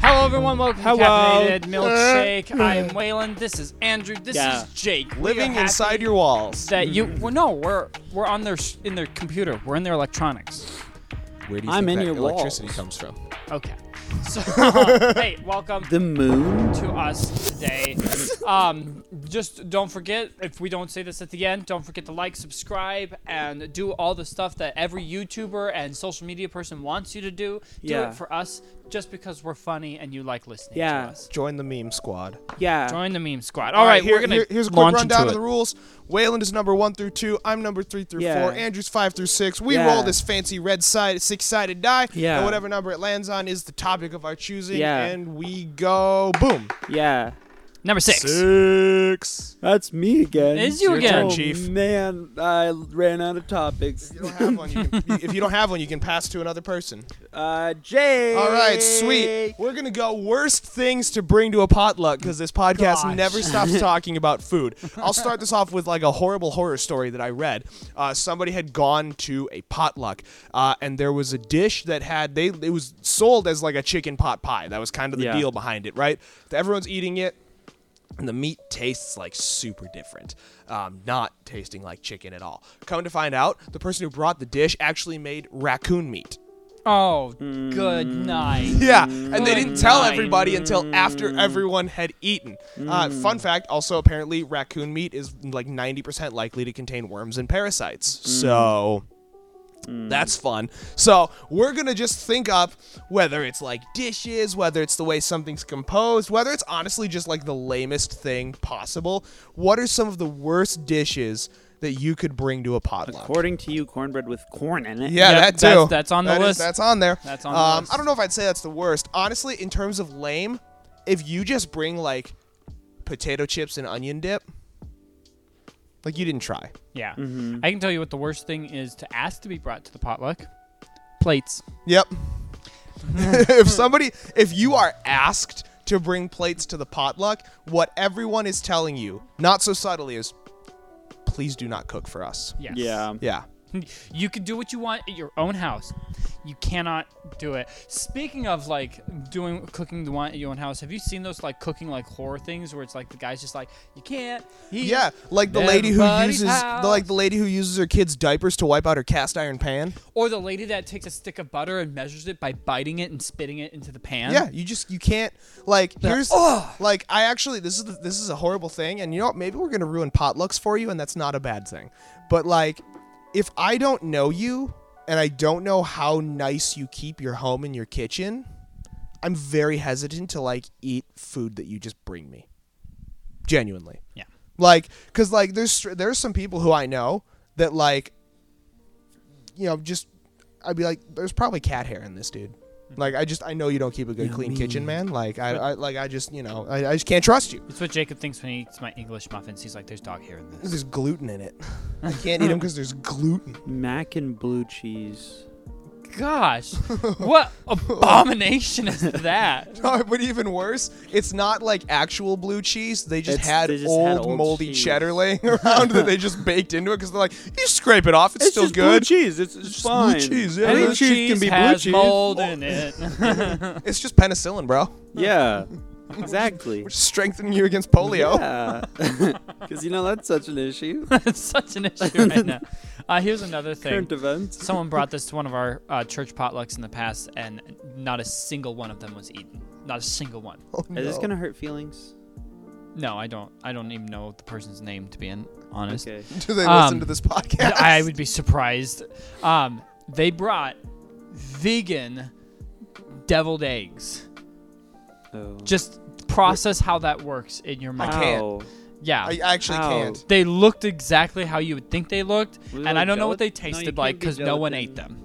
Hello, everyone. Welcome Hello. to Caffeinated Uh, Milkshake. I am Waylon. This is Andrew. This Yeah. is Jake. We living are happy inside your walls. That you? Well, no, we're we're on their s- in their computer. We're in their electronics. Where do you I'm think in that your electricity walls. comes from? Okay. So, uh, hey, welcome The moon? to us today. Um, just don't forget, if we don't say this at the end, don't forget to like, subscribe, and do all the stuff that every YouTuber and social media person wants you to do. Do Yeah. it for us just because we're funny and you like listening Yeah. to us. Join the meme squad. Yeah. Join the meme squad. All right, here- we're gonna here- here's a quick launch rundown into of the it. rules. Wayland is number one through two. I'm number three through Yeah. four. Andrew's five through six. We Yeah. roll this fancy red side six sided die, Yeah. and whatever number it lands on is the topic of our choosing. Yeah. And we go boom. Yeah. Number six. Six. That's me again. It is you Your turn, again. oh, Chief. man, I ran out of topics. If you don't have one, you can, if you don't have one, you can pass to another person. Uh, Jay. All right, sweet. We're gonna go worst things to bring to a potluck because this podcast Gosh. never stops talking about food. I'll start this off with like a horrible horror story that I read. Uh, somebody had gone to a potluck, uh, and there was a dish that had they it was sold as like a chicken pot pie. That was kind of the Yeah. deal behind it, right? Everyone's eating it and the meat tastes like super different, um, not tasting like chicken at all. Come to find out, the person who brought the dish actually made raccoon meat. Oh, Hmm. good night. Yeah, and they didn't tell night. everybody until after everyone had eaten. Uh, fun fact: also, apparently, raccoon meat is like ninety percent likely to contain worms and parasites. So. That's fun. So, we're going to just think up whether it's like dishes, whether it's the way something's composed, whether it's honestly just like the lamest thing possible. What are some of the worst dishes that you could bring to a potluck? According to you, cornbread with corn in it. Yeah, Yep, that too. that's- that's on the That is- list. that's on there. That's on the um, list. I don't know if I'd say that's the worst. Honestly, in terms of lame, if you just bring like potato chips and onion dip, like you didn't try. Yeah. Mm-hmm. I can tell you what the worst thing is to ask to be brought to the potluck. Plates. Yep. Mm-hmm. if somebody, if you are asked to bring plates to the potluck, what everyone is telling you, not so subtly, is please do not cook for us. Yes. Yeah. Yeah. You can do what you want at your own house. You cannot do it. Speaking of like doing cooking the one at your own house, have you seen those like cooking like horror things where it's like the guy's just like, you can't. eat Yeah, like the lady who everybody's uses house." the, like the lady who uses her kids' diapers to wipe out her cast iron pan. or the lady that takes a stick of butter and measures it by biting it and spitting it into the pan. Yeah, you just you can't like here's ugh. like I actually this is the, this is a horrible thing, and you know what? Maybe we're gonna ruin potlucks for you, and that's not a bad thing. But like, if I don't know you and I don't know how nice you keep your home and your kitchen, I'm very hesitant to like eat food that you just bring me. Genuinely, Yeah. like, cause like there's str- there's some people who I know that like, you know, just I'd be like, there's probably cat hair in this dude. Hmm. Like I just I know you don't keep a good clean kitchen, man. Like I, I like I just you know I, I just can't trust you. It's what Jacob thinks when he eats my English muffins. He's like, there's dog hair in this. There's gluten in it. I can't eat them because there's gluten. Mac and blue cheese. Gosh, what abomination is that? No, but even worse, it's not like actual blue cheese. They just, It's- had, they just old, had old moldy cheese. cheddar laying around that they just baked into it because they're like, you scrape it off, it's, still just good. Blue cheese. It's, it's blue fine. cheese, yeah. Any Blue cheese, can be blue has cheese. mold in it. It's just penicillin, bro. Yeah. Exactly. We're just strengthening you against polio. Yeah. Because you know that's such an issue. it's such an issue right now. Uh, here's another thing. Current events. Someone brought this to one of our uh, church potlucks in the past, and not a single one of them was eaten. Not a single one. Oh, Is this no. gonna hurt feelings? No, I don't. I don't even know the person's name to be honest. Okay. Do they Um, listen to this podcast? I would be surprised. Um, they brought vegan deviled eggs. Oh. Just process how that works in your mind. I can't. Ow. Yeah. I actually Ow. can't. they looked exactly how you would think they looked, Was it and I like don't know what they gelatin? No, tasted you can't like be because no one gelatin. ate them.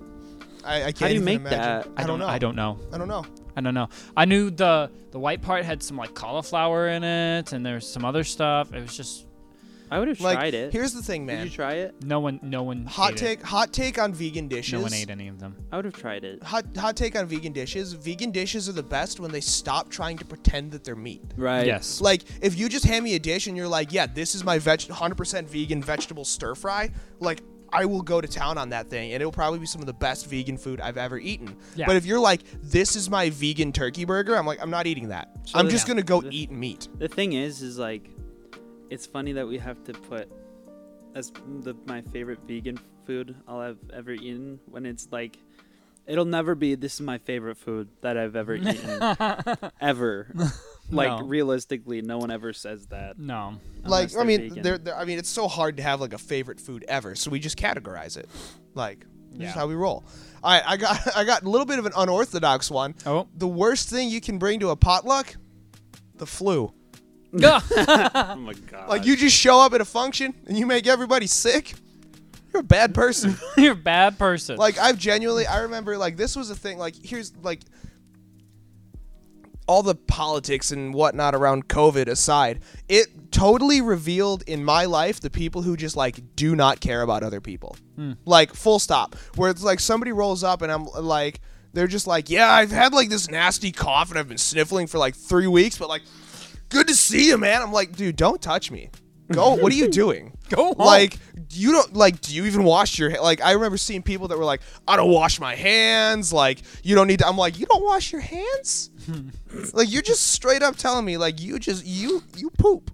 I, I can't do you even make imagine. that? I don't know. I don't know. I don't know. I don't know. I knew the the white part had some like cauliflower in it, and there's some other stuff. It was just I would have Like, tried it. here's the thing, Did man. you try it? No one, no one. Hot ate take, hot take on vegan It. dishes. No one ate any of them. I would have tried it. Hot, hot take on vegan dishes. Vegan dishes are the best when they stop trying to pretend that they're meat. Right. Yes. Like, if you just hand me a dish and you're like, yeah, this is my veg- 100% vegan vegetable stir fry, like, I will go to town on that thing and it'll probably be some of the best vegan food I've ever eaten. Yeah. But if you're like, this is my vegan turkey burger, I'm like, I'm not eating that. So I'm the- just going to go the- eat meat. The thing is, is like, it's funny that we have to put as the my favorite vegan food I'll have ever eaten when it's like, it'll never be. This is my favorite food that I've ever eaten, ever. Like No. realistically, no one ever says that. no. Like, unless I they're mean, vegan. they're, they're- I mean, it's so hard to have like a favorite food ever, so we just categorize it. Like, this is Yeah. how we roll. All right, I got, I got a little bit of an unorthodox one. Oh. The worst thing you can bring to a potluck, the flu. oh my god. Uh, Like you just show up at a function and you make everybody sick. You're a bad person. You're a bad person. like I've genuinely I remember like this was a thing like here's like all the politics and whatnot around COVID aside, it totally revealed in my life the people who just like do not care about other people. Like full stop. Where it's like somebody rolls up and I'm like they're just like, "Yeah, I've had like this nasty cough and I've been sniffling for like 3 weeks, but like good to see you, man." I'm like, "Dude, don't touch me." Go. What are you doing? Go home. Like you don't like. Do you even wash your ha- like? I remember seeing people that were like, "I don't wash my hands." Like you don't need to. I'm like, you don't wash your hands. like you're just straight up telling me like you just you you poop,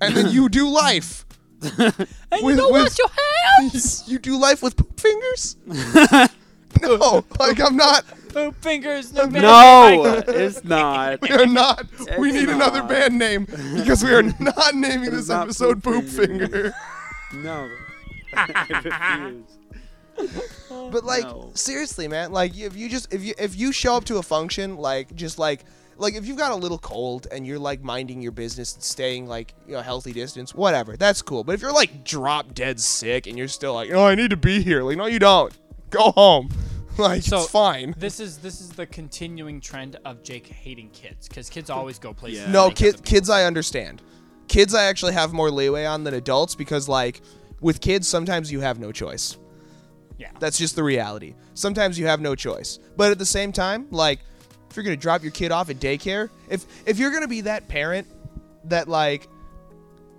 and then you do life. and with- you don't with- wash your hands. You do life with poop fingers. no, like I'm not. Poop fingers. No. bad no, it's not. We are not. we It's need another not. band name because we are not naming this is not episode Poop poop fingers. Finger. No. I refuse. But like No. seriously, man, like if you just if you if you show up to a function like just like like if you've got a little cold and you're like minding your business and staying like you know healthy distance, whatever, that's cool. But if you're like drop dead sick and you're still like, no, I need to be here, like no, you don't, go home, like So- it's fine. This is this is the continuing trend of Jake hating kids because kids always go places. Yeah. and make No, other kids, people- kids, I understand. Kids, I actually have more leeway on than adults because like with kids, sometimes you have no choice. Yeah. That's just the reality. Sometimes you have no choice. But at the same time, like if you're gonna drop your kid off at daycare, if if you're gonna be that parent that like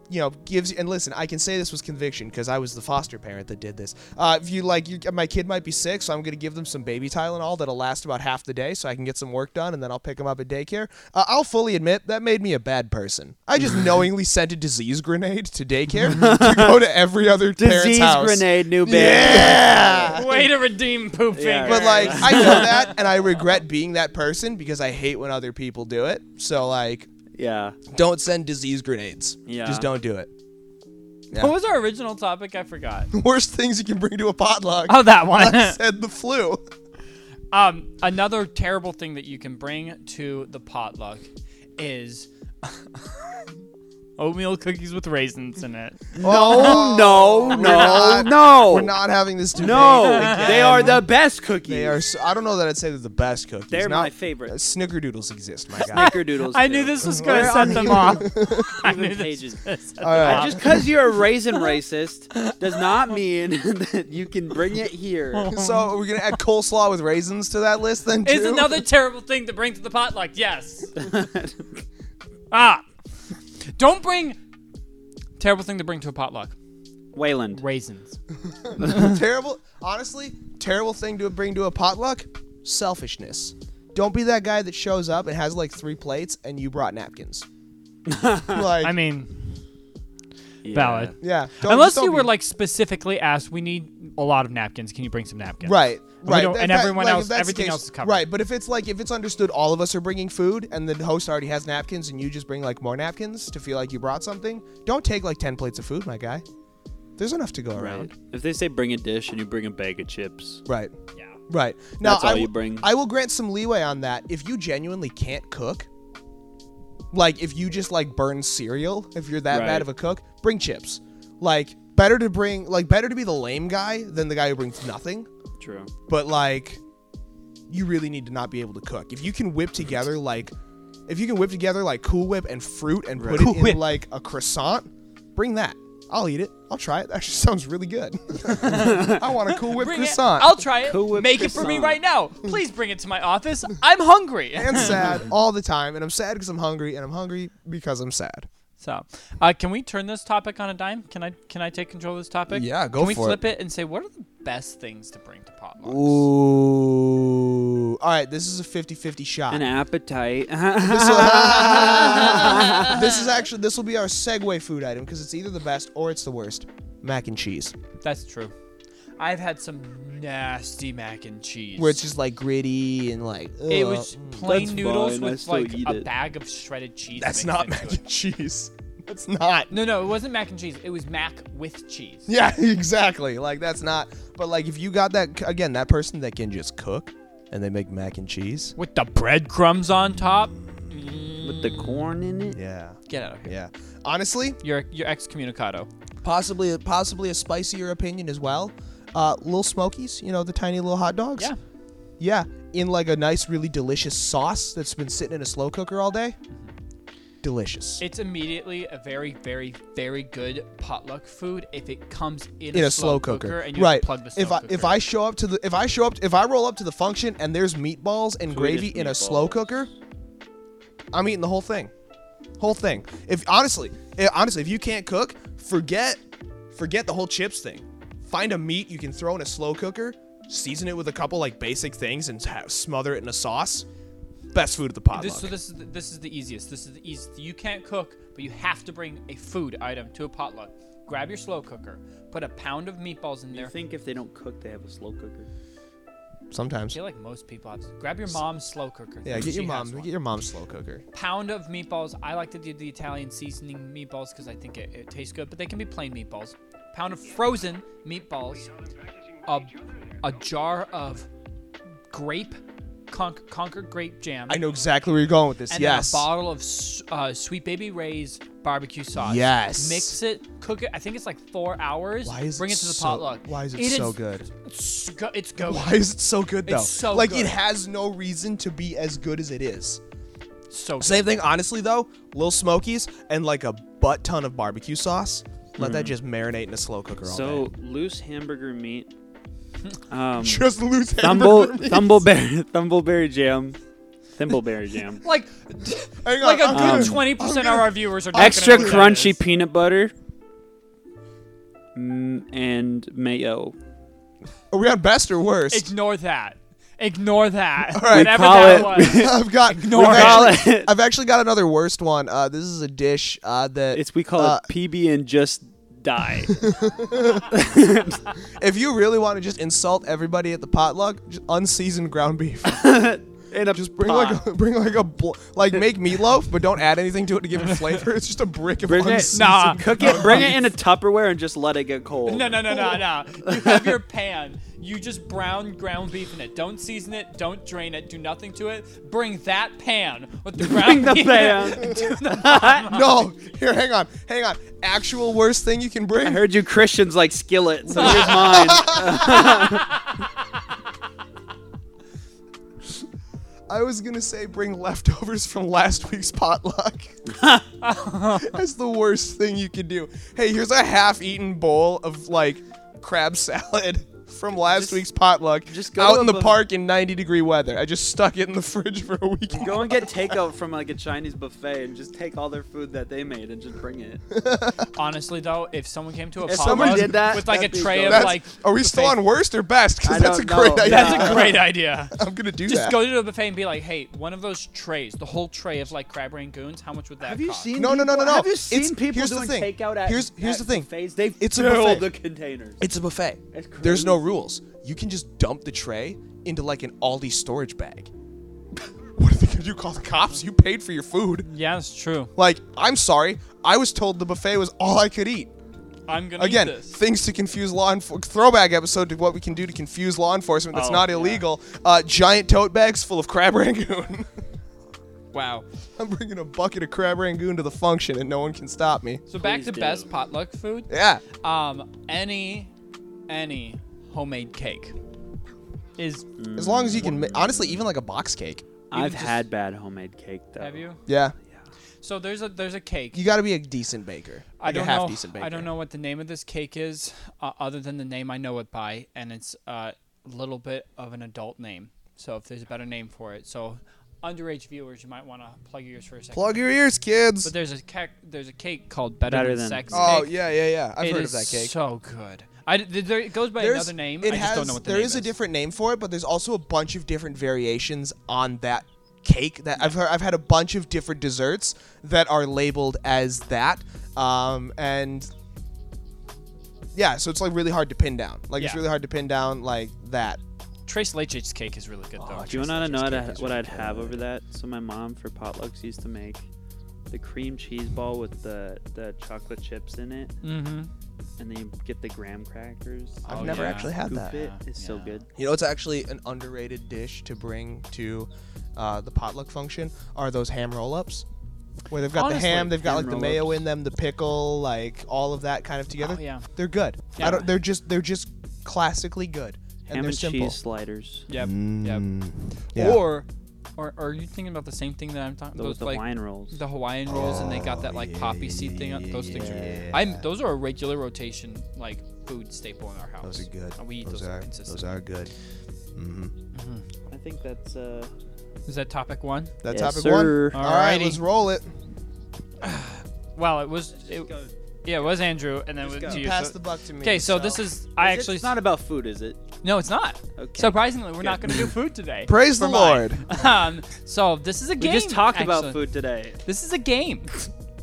you know gives and listen, I can say this with conviction because I was the foster parent that did this. Uh, if you like, you, my kid might be sick, so I'm gonna give them some baby Tylenol that'll last about half the day, so I can get some work done, and then I'll pick them up at daycare. Uh, I'll fully admit that made me a bad person. I just knowingly sent a disease grenade to daycare to go to every other parent's Disease house. grenade, new baby. Yeah. Way to redeem poop Yeah. fingers. But like I know that and I regret being that person because I hate when other people do it. So like Yeah. don't send disease grenades. Yeah. Just don't do it. Yeah. what was our original topic? I forgot. Worst things you can bring to a potluck. Oh, that I one. said the flu. um, another terrible thing that you can bring to the potluck is oatmeal cookies with raisins in it. Oh No, no, we're not- no. We're not having this debate. No, again. they are the best cookies. They are. So, I don't know that I'd say they're the best cookies. They're Not- my favorite. uh, Snickerdoodles exist, my guy. Snickerdoodles. I knew too. this was Where gonna are set them you? off. I Even knew this. pages. All right. Uh, just because you're a raisin racist does not mean that you can bring it here. so we're gonna add coleslaw with raisins to that list then. Is too? another terrible thing to bring to the potluck. Yes. Ah. Don't bring terrible thing to bring to a potluck. Wayland. Raisins. terrible honestly terrible thing to bring to a potluck selfishness don't be that guy that shows up and has like three plates and you brought napkins like I mean, Valid. yeah don't- unless Oh, just don't you were be- like specifically asked, we need a lot of napkins. Can you bring some napkins? right we right don't- and everyone if else- that's the everything else is covered. right but if it's like if it's understood all of us are bringing food and the host already has napkins and you just bring like more napkins to feel like you brought something don't take like 10 plates of food my guy there's enough to go around If they say bring a dish and you bring a bag of chips, right Yeah. Right. Now, That's all I will- you bring. I will grant some leeway on that if you genuinely can't cook. Like if you just like burn cereal, if you're that bad Right. of a cook, bring chips. Like better to bring like better to be the lame guy than the guy who brings nothing. true. But like you really need to not be able to cook. If you can whip together like if you can whip together like Cool Whip and fruit and put Cool it in Whip. like a croissant, bring that. I'll eat it. I'll try it. That actually sounds really good. I want a Cool Whip Bring it. croissant. I'll try it. Cool Whip Make it for me croissant. right now. Please bring it to my office. I'm hungry. and sad all the time, and I'm sad because I'm hungry, and I'm hungry because I'm sad. So, uh, can we turn this topic on a dime? Can I can I take control of this topic? Yeah, go Can we for it. flip it. and say what are the best things to bring to potlucks? Ooh. All right, this is a 50-50 shot. An appetite. this, will- this is actually this will be our segue food item because it's either the best or it's the worst. Mac and cheese, That's true. I've had some nasty mac and cheese. where it's just like gritty and like. it ugh. was plain That's noodles fine, I with still like eat a it. bag of shredded cheese. That's mixed not into mac it. and cheese. That's not. No, no, it wasn't mac and cheese. It was mac with cheese. Yeah, exactly. Like that's not. But like if you got that again, that person that can just cook and they make mac and cheese. With the breadcrumbs on top. With the corn in it. Yeah. Get out of here. Yeah. Honestly, You're you're excommunicado. possibly possibly a spicier opinion as well. Uh, little Smokies, you know the tiny little hot dogs. Yeah. Yeah, in like a nice, really delicious sauce that's been sitting in a slow cooker all day. Delicious. It's immediately a very, very, very good potluck food if it comes in, in a slow cooker, cooker, and you have right? to plug the slow if I cooker. if I show up to the if I show up if I roll up to the function and there's meatballs and gravy is in a slow meatballs. cooker, I'm eating the whole thing, whole thing. If honestly, eh, honestly, if you can't cook, forget forget the whole chips thing. Find a meat you can throw in a slow cooker, season it with a couple like basic things, and ha- smother it in a sauce. Best food at the potluck. this, so this is the, this is the easiest. This is the easiest. You can't cook, but you have to bring a food item to a potluck. Grab your slow cooker, put a pound of meatballs in You there. think if they don't cook, they have a slow cooker. I Sometimes. feel like most people have. Grab your mom's slow cooker. Yeah, get She your has mom. one. Get your mom's slow cooker. pound of meatballs. I like to do the Italian seasoning meatballs because I think it, it tastes good, but they can be plain meatballs. Pound of frozen meatballs, a, a jar of grape, con- conquered grape jam, I know exactly where you're going with this. and yes. then a bottle of s- uh, Sweet Baby Ray's barbecue sauce. Yes. Mix it, cook it. I think it's like four hours. Why is Bring it it to the so- potluck. why is it It so good? It's, go- it's good. Why is it so good though? It's so like good. it has no reason to be as good as it is. So good. Same thing, honestly though. Little Smokies and like a butt ton of barbecue sauce. Let that just marinate in a slow cooker all Hmm. So day. loose hamburger meat. Um, Just loose thumble, hamburger meat. thumbleberry, thumbleberry jam, thimbleberry jam. Like, Hang on, like a I'm good gonna- 20% of our viewers are not gonna Extra know what that is. crunchy peanut butter. Mm, and mayo. Are we on best or worst? Ignore that. Ignore that. right. Whatever Call that it. was. I've got. Ignore I've it. actually- Call it. I've actually got another worst one. Uh, this is a dish uh, that It's we call uh, it PB and just die. If you really want to just insult everybody at the potluck, just unseasoned ground beef. and a Just bring like a, bring like a bl- like make meatloaf, but don't add anything to it to give it flavor. It's just a brick of Bring it- unseasoned Nah. cook Oh, it, bring it in a Tupperware, and just let it get cold. No, no, no, no, no. You have your pan. You just brown ground beef in it. Don't season it. Don't drain it. Do nothing to it. Bring that pan with the ground the beef. pan. to the bottom. No, here, hang on, hang on. Actual worst thing you can bring. I heard you Christians like skillet, so here's mine. I was gonna say bring leftovers from last week's potluck. That's the worst thing you can do. Hey, here's a half-eaten bowl of like crab salad from last Just- week's potluck. just go out to in a the bu- park in 90 degree weather. I just stuck it in the fridge for a week. Go and get takeout from like a Chinese buffet and just take all their food that they made and just bring it. Honestly, though, if someone came to a If potluck someone did that, with like a that'd be tray good. of That's, like, are we still on worst or best? I Because that's a don't great know. idea. that's Yeah. a great idea. Oh, I'm gonna do Just that. go to a buffet and be like, hey, one of those trays, the whole tray of like crab rangoons. How much would that cost? No, no, no, no, no. Have you seen It's- people here's the doing thing. takeout at Here's- here's at the thing. buffets? They It's a fill buffet. the containers. It's a buffet. It's crazy. There's no rules. You can just dump the tray into like an Aldi storage bag. what are they gonna do? Call the cops? You paid for your food. Yeah, that's true. Like, I'm sorry. I was told the buffet was all I could eat. I'm gonna Again, eat this. things to confuse law enforcement. Throwback episode to what we can do to confuse law enforcement that's Oh, not yeah. illegal. Uh, giant tote bags full of crab rangoon. wow. I'm bringing a bucket of crab rangoon to the function and no one can stop me. So back Please to do. best potluck food. Yeah. Um, any, any homemade cake is. As long as you can, ma- honestly, even like a box cake. I've just- had bad homemade cake though. Have you? Yeah. So there's a there's a cake. You got to be a decent baker. Like I don't a half know. decent baker. I don't know what the name of this cake is, uh, other than the name I know it by, and it's uh, a little bit of an adult name. So if there's a better name for it, so underage viewers, you might want to plug your ears for a second. Plug your ears, kids. But there's a cake. There's a cake called Better, Better than, Than. Sex. oh cake. yeah, yeah, yeah. I've It heard of is that cake. So good. I th- there, it goes by There's- another name. It I has, just don't know what the there name is a different name for it, but there's also a bunch of different variations on that cake. That I've heard, I've had a bunch of different desserts that are labeled as that, um, and yeah, so it's like really hard to pin down. Like it's Yeah. really hard to pin down like that. Trace Leches cake is really good though. Oh, Do you Just- want to know just what, cake I, is what really I'd have over that? So my mom for potlucks used to make the cream cheese ball with the, the chocolate chips in it, mm-hmm. and then you get the graham crackers. I've Oh, never yeah. actually had Scoop that. It. It's so Yeah. good. You know, it's actually an underrated dish to bring to uh, the potluck function. Are those ham roll-ups? Where they've got the Honestly, ham, they've got ham like the roll-ups. mayo in them, the pickle, like all of that kind of together. Oh, yeah. they're good. Yeah. I don't, they're just they're just classically good, and Ham they're and simple. cheese sliders. Mm-hmm. Yep. Yep. Mm, Yeah. Or, or are you thinking about the same thing that I'm talking? Those Those the like wine rolls. the Hawaiian rolls, and they got that like poppy seed thing. on Those things are. I'm. Those are a regular rotation like food staple in our house. Those are good. And we eat those, Those are consistently. those are good. Mm-hmm. I think that's uh. Is that topic one? That's Yes, topic sir. one. All right, Alrighty. let's roll it. Well, it was. It, yeah, it was Andrew, and then it was go. you. You pass the buck to me. okay, so, this is. I actually. It's not about food, is it? no, it's not. Okay. Surprisingly, we're not Good. going to do food today. praise the for mine. Lord. um, so this is a We game. just talked about actually. food today. This is a game.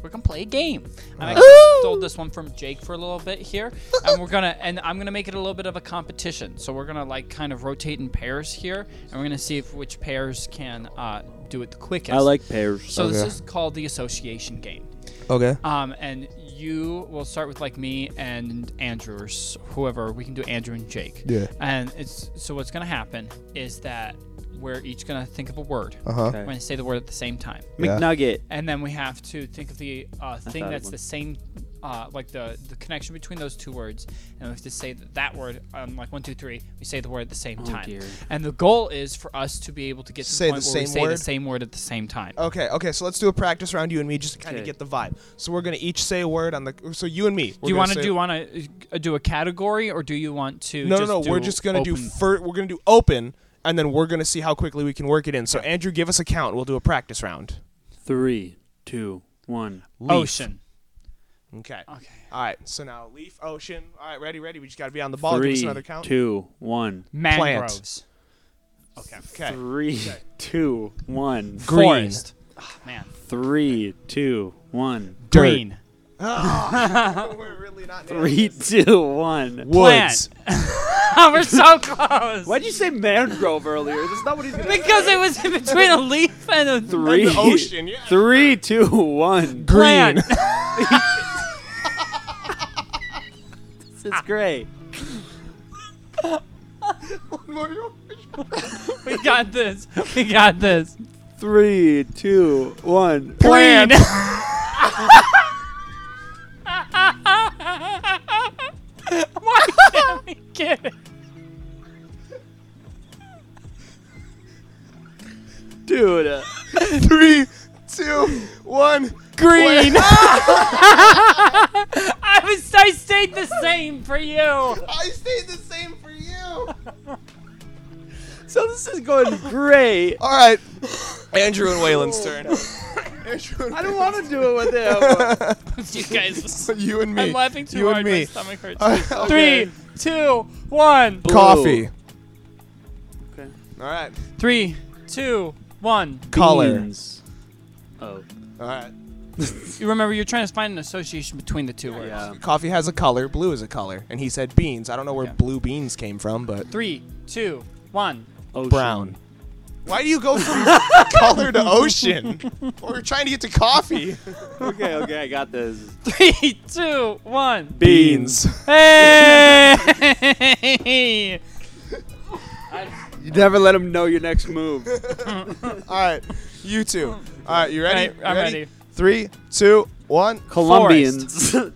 We're gonna play a game. I Wow. Ooh. stole this one from Jake for a little bit here, and we're gonna and I'm gonna make it a little bit of a competition. So we're gonna like kind of rotate in pairs here, and we're gonna see if which pairs can uh, do it the quickest. pears. So this Okay. is called the association game. Okay. Um, and you will start with like me and Andrew or s- whoever. We can do Andrew and Jake. Yeah. And it's so what's gonna happen is that we're each gonna think of a word. Uh huh. We're gonna say the word at the same time Yeah. McNugget. and then we have to think of the uh, thought thing of that's one. the same uh, like the the connection between those two words and we have to say that, that word um, like one two three we say the word at the same time Oh, dear. and the goal is for us to be able to get to Say the the point where we same say the word? Oh, same word at the same time Okay, okay, so let's do a practice round, you and me, just to kind of Okay. get the vibe. So we're gonna each say a word on the. So you and me. do you want to do want to do a category or do you want to No, no, just no. do We're just gonna do. open- Fir- we're gonna do open, and then we're gonna see how quickly we can work it in. So Andrew, give us a count. We'll do a practice round. Three, two, one. Leaf. ocean Okay. okay All right. So now leaf, ocean. All right, ready, ready. We just gotta be on the ball. give us another count. two, one. mangroves okay Okay. Three, two, one. Green. forest Ah, man Three, two, one. Dirt. green Oh, we're really not. nailing Three, this. two, one. Woods. we're so close Why'd you say mangrove earlier? That's not what he's gonna because it was in between a leaf and a Three, the ocean, yeah. three, two, Green. one. plant. This is great. We got this. We got this. Three, two, one. Plant. Green. Why can't we get it? Dude. Three, two, one. Green. I was. I stayed the same for you. I stayed the same for you. So this is going great. All right. Andrew and Oh. Waylon's turn. Andrew and I don't want to do it with him. You guys. you and me. I'm laughing too you hard. and My me. stomach hurts. Okay. Three, two, one. Coffee. Okay. All right. Three, two, one. Color. Beans. Oh, All right. You remember you're trying to find an association between the two words. yeah. Um, Coffee has a color. Blue is a color. And he said beans. I don't know where Yeah. blue beans came from, but Three, two, one. Ocean. brown. Why do you go from color to ocean? We're trying to get to coffee. Okay, okay, I got this. Three, two, one. Beans. Hey! You never let him know your next move. All right. You two. All right. You ready? Right, I'm You ready. Three, two, one. Colombians. All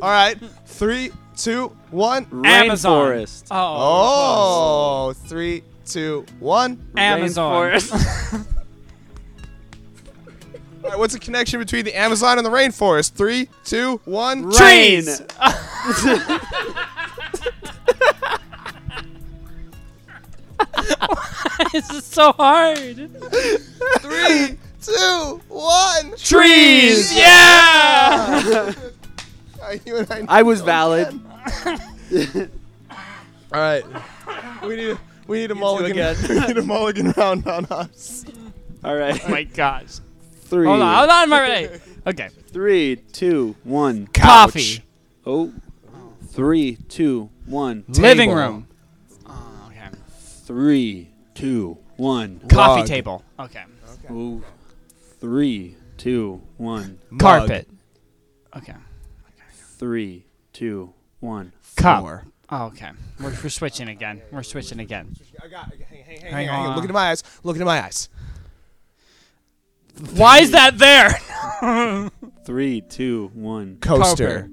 right. Three, two, one. Amazon. Rainforest. Oh. Oh, three, two, one. Amazon. Rainforest. All right, what's the connection between the Amazon and the rainforest? Three, two, one. Rain. trees! this is so hard. Three, two, one. Trees. Yeah. Yeah. Uh, you and I. I was valid. All right. We need. We need a mulligan. again. we need a mulligan round on us. All right. oh my gosh. Three, Hold on. Hold on, Marvin. Okay. three, two, one. Coffee. Oh, three, two, one. Living Table. room. Oh, okay. Three, two, one. Coffee Log. table. Okay. Oh, three, two, one. Carpet. Okay. Three, two, one. Cup. Oh, okay. We're, we're switching again. We're switching again. I got. Hang, hang, hang, Hang hang, hang. on. Look into my eyes. Look into my eyes. Why is that there? Three, two, one. Coaster.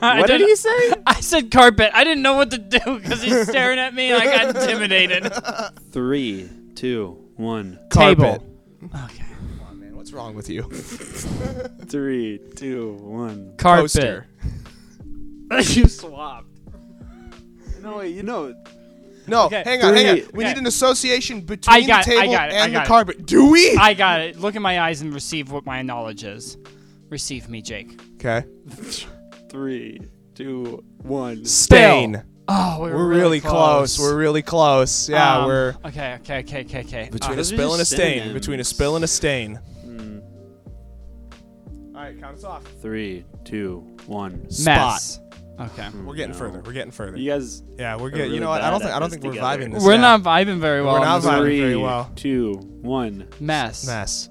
I What did don't- he say? I said carpet. I didn't know what to do because he's staring at me and I got intimidated. Three, two, one. Table. Okay. Man, what's wrong with you? Three, two, one. Carpet. you swapped. No, wait, you know. No, Okay. hang on, hang on. Three. We Okay. need an association between got the it, I table got it, I and got the it. carpet. Do we? I got it. Look in my eyes and receive what my knowledge is. Receive me, Jake. Okay. Three, two, one. Spain. Oh, we were, We're really close. We're really close. Yeah, Um, we're Okay, okay, okay, okay, okay. between Uh, a those are spill and a just stain. synonyms. Between a spill and a stain. Hmm. All right, count us off. Three, two, one. mess. Okay. We're getting further. We're getting further. You guys. Yeah, we're really getting. You know what? I don't bad think. at I don't this think we're together. vibing this. We're yeah. not vibing very well. We're on not this vibing. one. very Three, well. two, one. Mess. mess.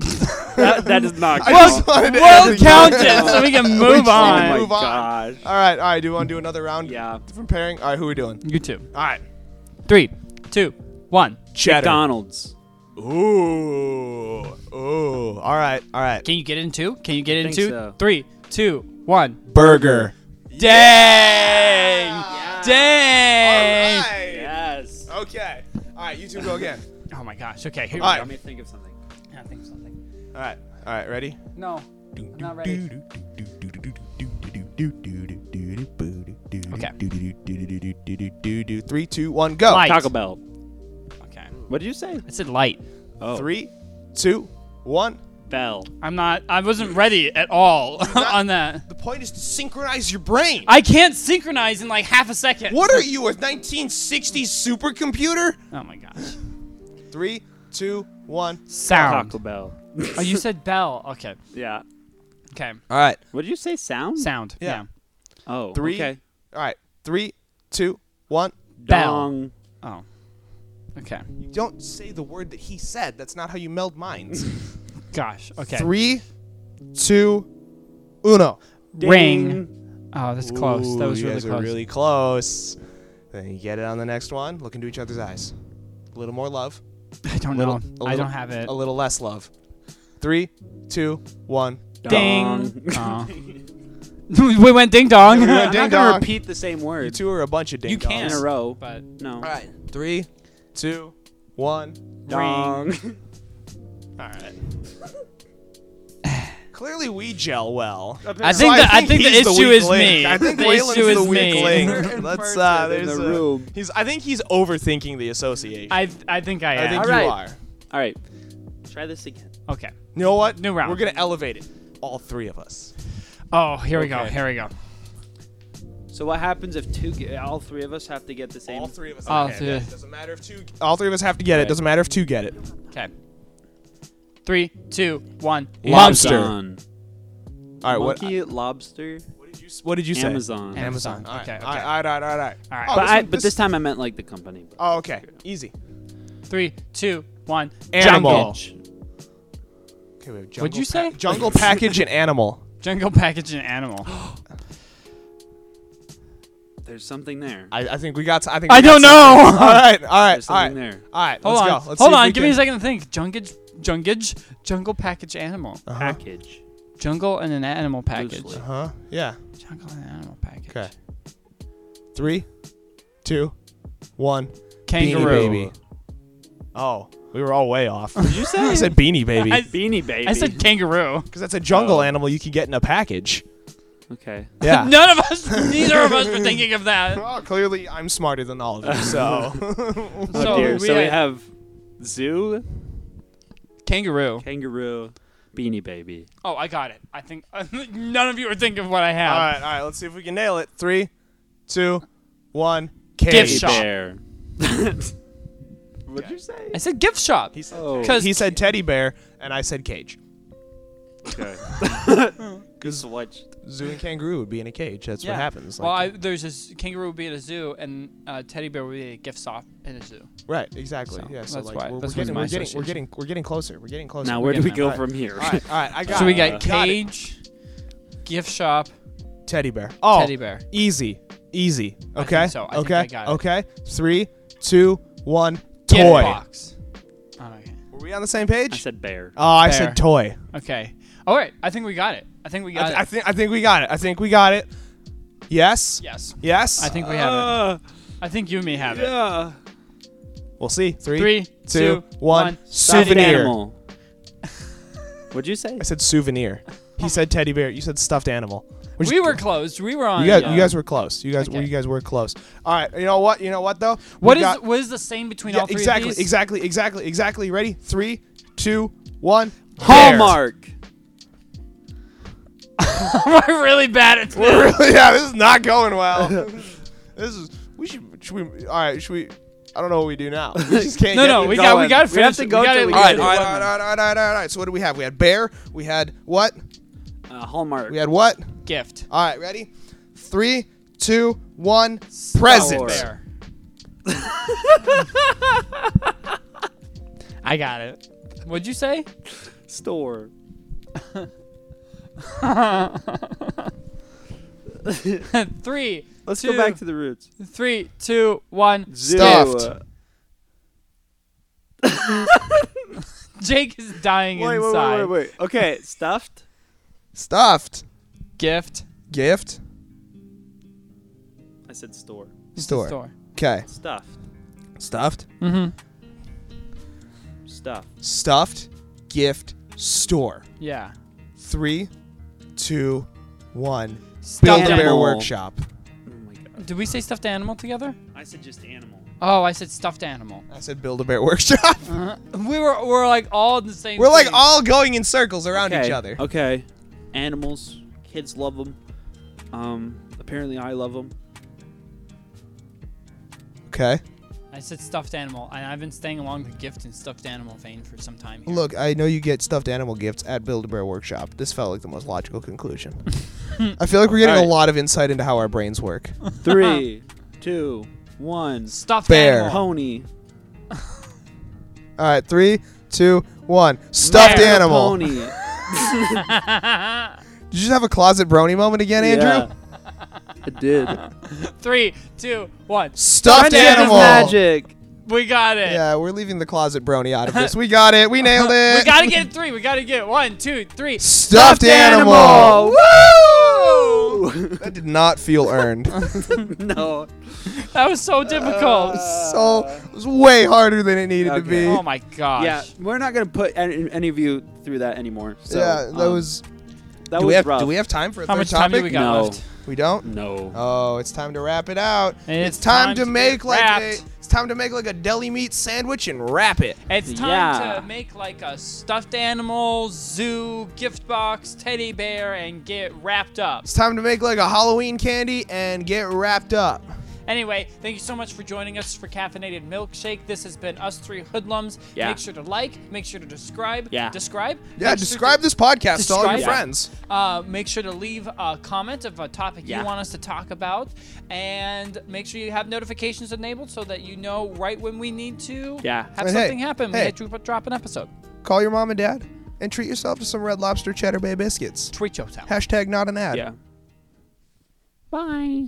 That, that is not. I Well, just wanted to well end it. counted, so we can move Oh wanted on. my Move on. gosh. All right, all right. Do you want to do another round? Yeah. Different pairing. All right, who are we doing? You too. All right. Three, two, one. Cheddar. McDonald's. Ooh. Ooh. All right. All right. Can you get in two? Can you get in think two? so. Three, two, one. Burger. Dang! Dang! Yes. Okay. All right. You two go again. Oh my gosh. Okay, here we All go. right. Let me think of something. I think something. All right. All right. Ready? No. I'm not ready. Okay. Three, two, one, go. Light. Taco Bell. Okay. What did you say? I said light. Oh, Three, two, one. Bell. I'm not. I wasn't ready at all on that. The point is to synchronize your brain. I can't synchronize in like half a second. What are you, a 1960s supercomputer? Oh my gosh. Three, two, one. Sound. Taco Bell. Oh, you said bell. Okay. yeah. Okay. All right. What did you say? Sound. Sound. Yeah. Yeah. Oh. Three. Okay. All right. Three, two, one. Bell. Dong. Oh. Okay. You don't say the word that he said. That's not how you meld minds. Gosh. Okay. Three, two, uno. Ring. Ding. Oh, that's close. That Ooh, was you really guys are close. really close. Then you get it on the next one. Look into each other's eyes. A little more love. I don't little- know. a Oh, I little- don't have it. A little less love. Three, two, one. Ding. Dong. Oh. we went ding dong. we went I'm Ding not gonna dong. repeat the same word You two are a bunch of ding You can. in dongs. a row. but No. All right. Three, two, one. Dong. All right. Clearly, we gel well. I think Why, the, I think the he's issue weak is link. me. I think the Waylon's issue is the weak me. link. Let's uh, person in there's the a- room. He's I think he's overthinking the association. I I think I I am. think All you right. are. All right. Try this again. Okay. You know what? New round. We're gonna elevate it. All three of us. Oh, here we go. Okay. Here we go. So what happens if two, ge- all three of us have to get the same? All three of us. All okay, three. yeah, Doesn't matter if two. All three of us have to get it. Doesn't matter if two get it. Okay. Three, two, one. Lobster. Amazon. All right. What, Monkey, lobster, what did you? What did you say? Amazon. Am- Amazon. All right. Okay, okay. All right. All right. All right. All right. Oh, but I, one- but this time I meant like the company. but- Oh, okay. Easy. Three, two, one. Animal. Jungle. Okay, we have jungle What'd you say? pa- jungle package and animal. Jungle package and animal. There's something there. I, I think we got. I think. I we got don't know. something. All right. All right. There's All right. something there. All right. Hold let's on. go. Let's see Hold if on. we Give me a can- second to think. Jungage, jungage, jungle package animal. Package. Jungle and an animal package. Loosely. Huh? Yeah. Jungle and animal package. Okay. Three, two, one. Beanie Kangaroo. Baby. Oh. We were all way off. Did you say? I said beanie baby I- because beanie baby. I said kangaroo. that's a jungle Oh. animal you can get in a package. okay. Yeah. Oh, None of us, neither of us, were thinking of that. Well, clearly I'm smarter than all of you. So Oh So dear. we so we had- have zoo, Kangaroo. kangaroo, beanie baby. Oh, I got it. I think none of you were thinking of what I all have. right, all right. Let's see if we can nail it. Three, two, one. Cave. Gift Hey, shop. bear. What'd you say? I said gift shop. He said, Oh. cause he said teddy bear, and I said cage. Okay. Good switch. Zoo and kangaroo would be in a cage. That's Yeah. what happens. Well, I, Like, there's this kangaroo would be at a zoo, and uh, teddy bear would be at a gift shop in a zoo. right, exactly. So, yeah, so that's like, why- we're, that's we're getting, my we're, getting, we're association. getting we're getting closer. We're getting closer. Now where do we Alright. go from here? All right, all right. I got. so we it. got Got it. cage, gift shop, Teddy bear. Oh, teddy bear. Easy, easy. Okay. think so. I think okay. I got it. Okay. Three, two, one. Gift Toy. box. Oh, okay. Were we on the same I page? said bear. Oh, I Bear. said toy. Okay. All right. I think we got it. I think we I, got th- I it. think I think we got it. I think we got it. Yes. yes. Yes. I think we have it. Uh, I think you and me have it. Yeah. We'll see. Three, Three, two, two, one. one. Stuffed Souvenir. animal. What'd you say? I said souvenir. He said teddy bear. You said stuffed animal. Which- We were closed. We were on. You guys, uh, you guys were close. You guys, Okay. you guys were close. All right. You know what? You know what though? What We is got- what is the same between yeah, all three exactly, of these? exactly, exactly, exactly. Ready? Three, two, one. Hallmark. We're really bad at this. Bear. yeah, this is not going well. this is. We should. Should we? All right. Should we? I don't know what we do now. We just can't. No, get no, it we got, we going. got to finish. We have to it. go we got till we All get right, it. all right, all right, all right, all right, all right. So what do we have? We had bear. We had what? Uh, Hallmark. We had what? Gift. All right. Ready? Three, two, one. Present. Wars. There. I got it. What'd you say? Store. three. Let's two, go back to the roots. three, two, one. Zoo. Stuffed. Jake is dying Wait, wait, inside. wait, wait, wait. Okay, stuffed. Stuffed. Gift. Gift. I said store. Store. Store. Okay. Stuffed. Stuffed. Stuff. Stuffed. Gift. Store. Yeah. Three, two, one. Stuffed Build a bear animal. animal. workshop. Oh my god. Did we say stuffed animal together? I said just animal. Oh, I said stuffed animal. I said build a bear workshop. Uh-huh. We were we're like all in the same. We're like thing. all going in circles around each other. Okay. Animals. Kids love them. Um, apparently I love them. Okay. I said stuffed animal, and I've been staying along the gift and stuffed animal vein for some time. Here. Look, I know you get stuffed animal gifts at Build a Bear Workshop. This felt like the most logical conclusion. I feel like we're getting All right. a lot of insight into how our brains work. Three, two, one. stuffed Bear. animal. Pony. All right, three, two, one. Stuffed Bear, animal. Pony. Did you just have a closet brony moment again, Andrew? Yeah. It did. Three, two, one. Stuffed Friendship is animal. magic. We got it. Yeah, we're leaving the closet brony out of this. We got it. We nailed it. We gotta get three. We gotta get one, two, three. Stuffed, Stuffed animal. animal. Woo! that did not feel earned. Uh, no. That was so difficult. so it was way harder than it needed to Okay. be. oh my gosh. Yeah, we're not gonna put any, any of you through that anymore. So, yeah, that um, was. that Do was we have rough. do we have time for a How third much time topic? do we got No. left? We don't. no. Oh, it's time to wrap it out. And it's, it's time, time to to make get like a, wrapped. it's time to make like a deli meat sandwich and wrap it. It's time Yeah. to make like a stuffed animal, zoo, gift box, teddy bear, and get wrapped up. It's time to make like a Halloween candy and get wrapped up. Anyway, thank you so much for joining us for Caffeinated Milkshake. This has been us three hoodlums. Yeah. Make sure to like, make sure to describe, Yeah. describe. Yeah, Make sure describe this podcast to all your Describe it. friends. to, uh, make sure to leave a comment of a topic Yeah. you want us to talk about, and make sure you have notifications enabled so that you know right when we need to Yeah. have And hey, something happen. We hey. need to drop an episode. Call your mom and dad and treat yourself to some Red Lobster Cheddar Bay biscuits. Tweet yourself. Hashtag not an ad. Yeah. Bye.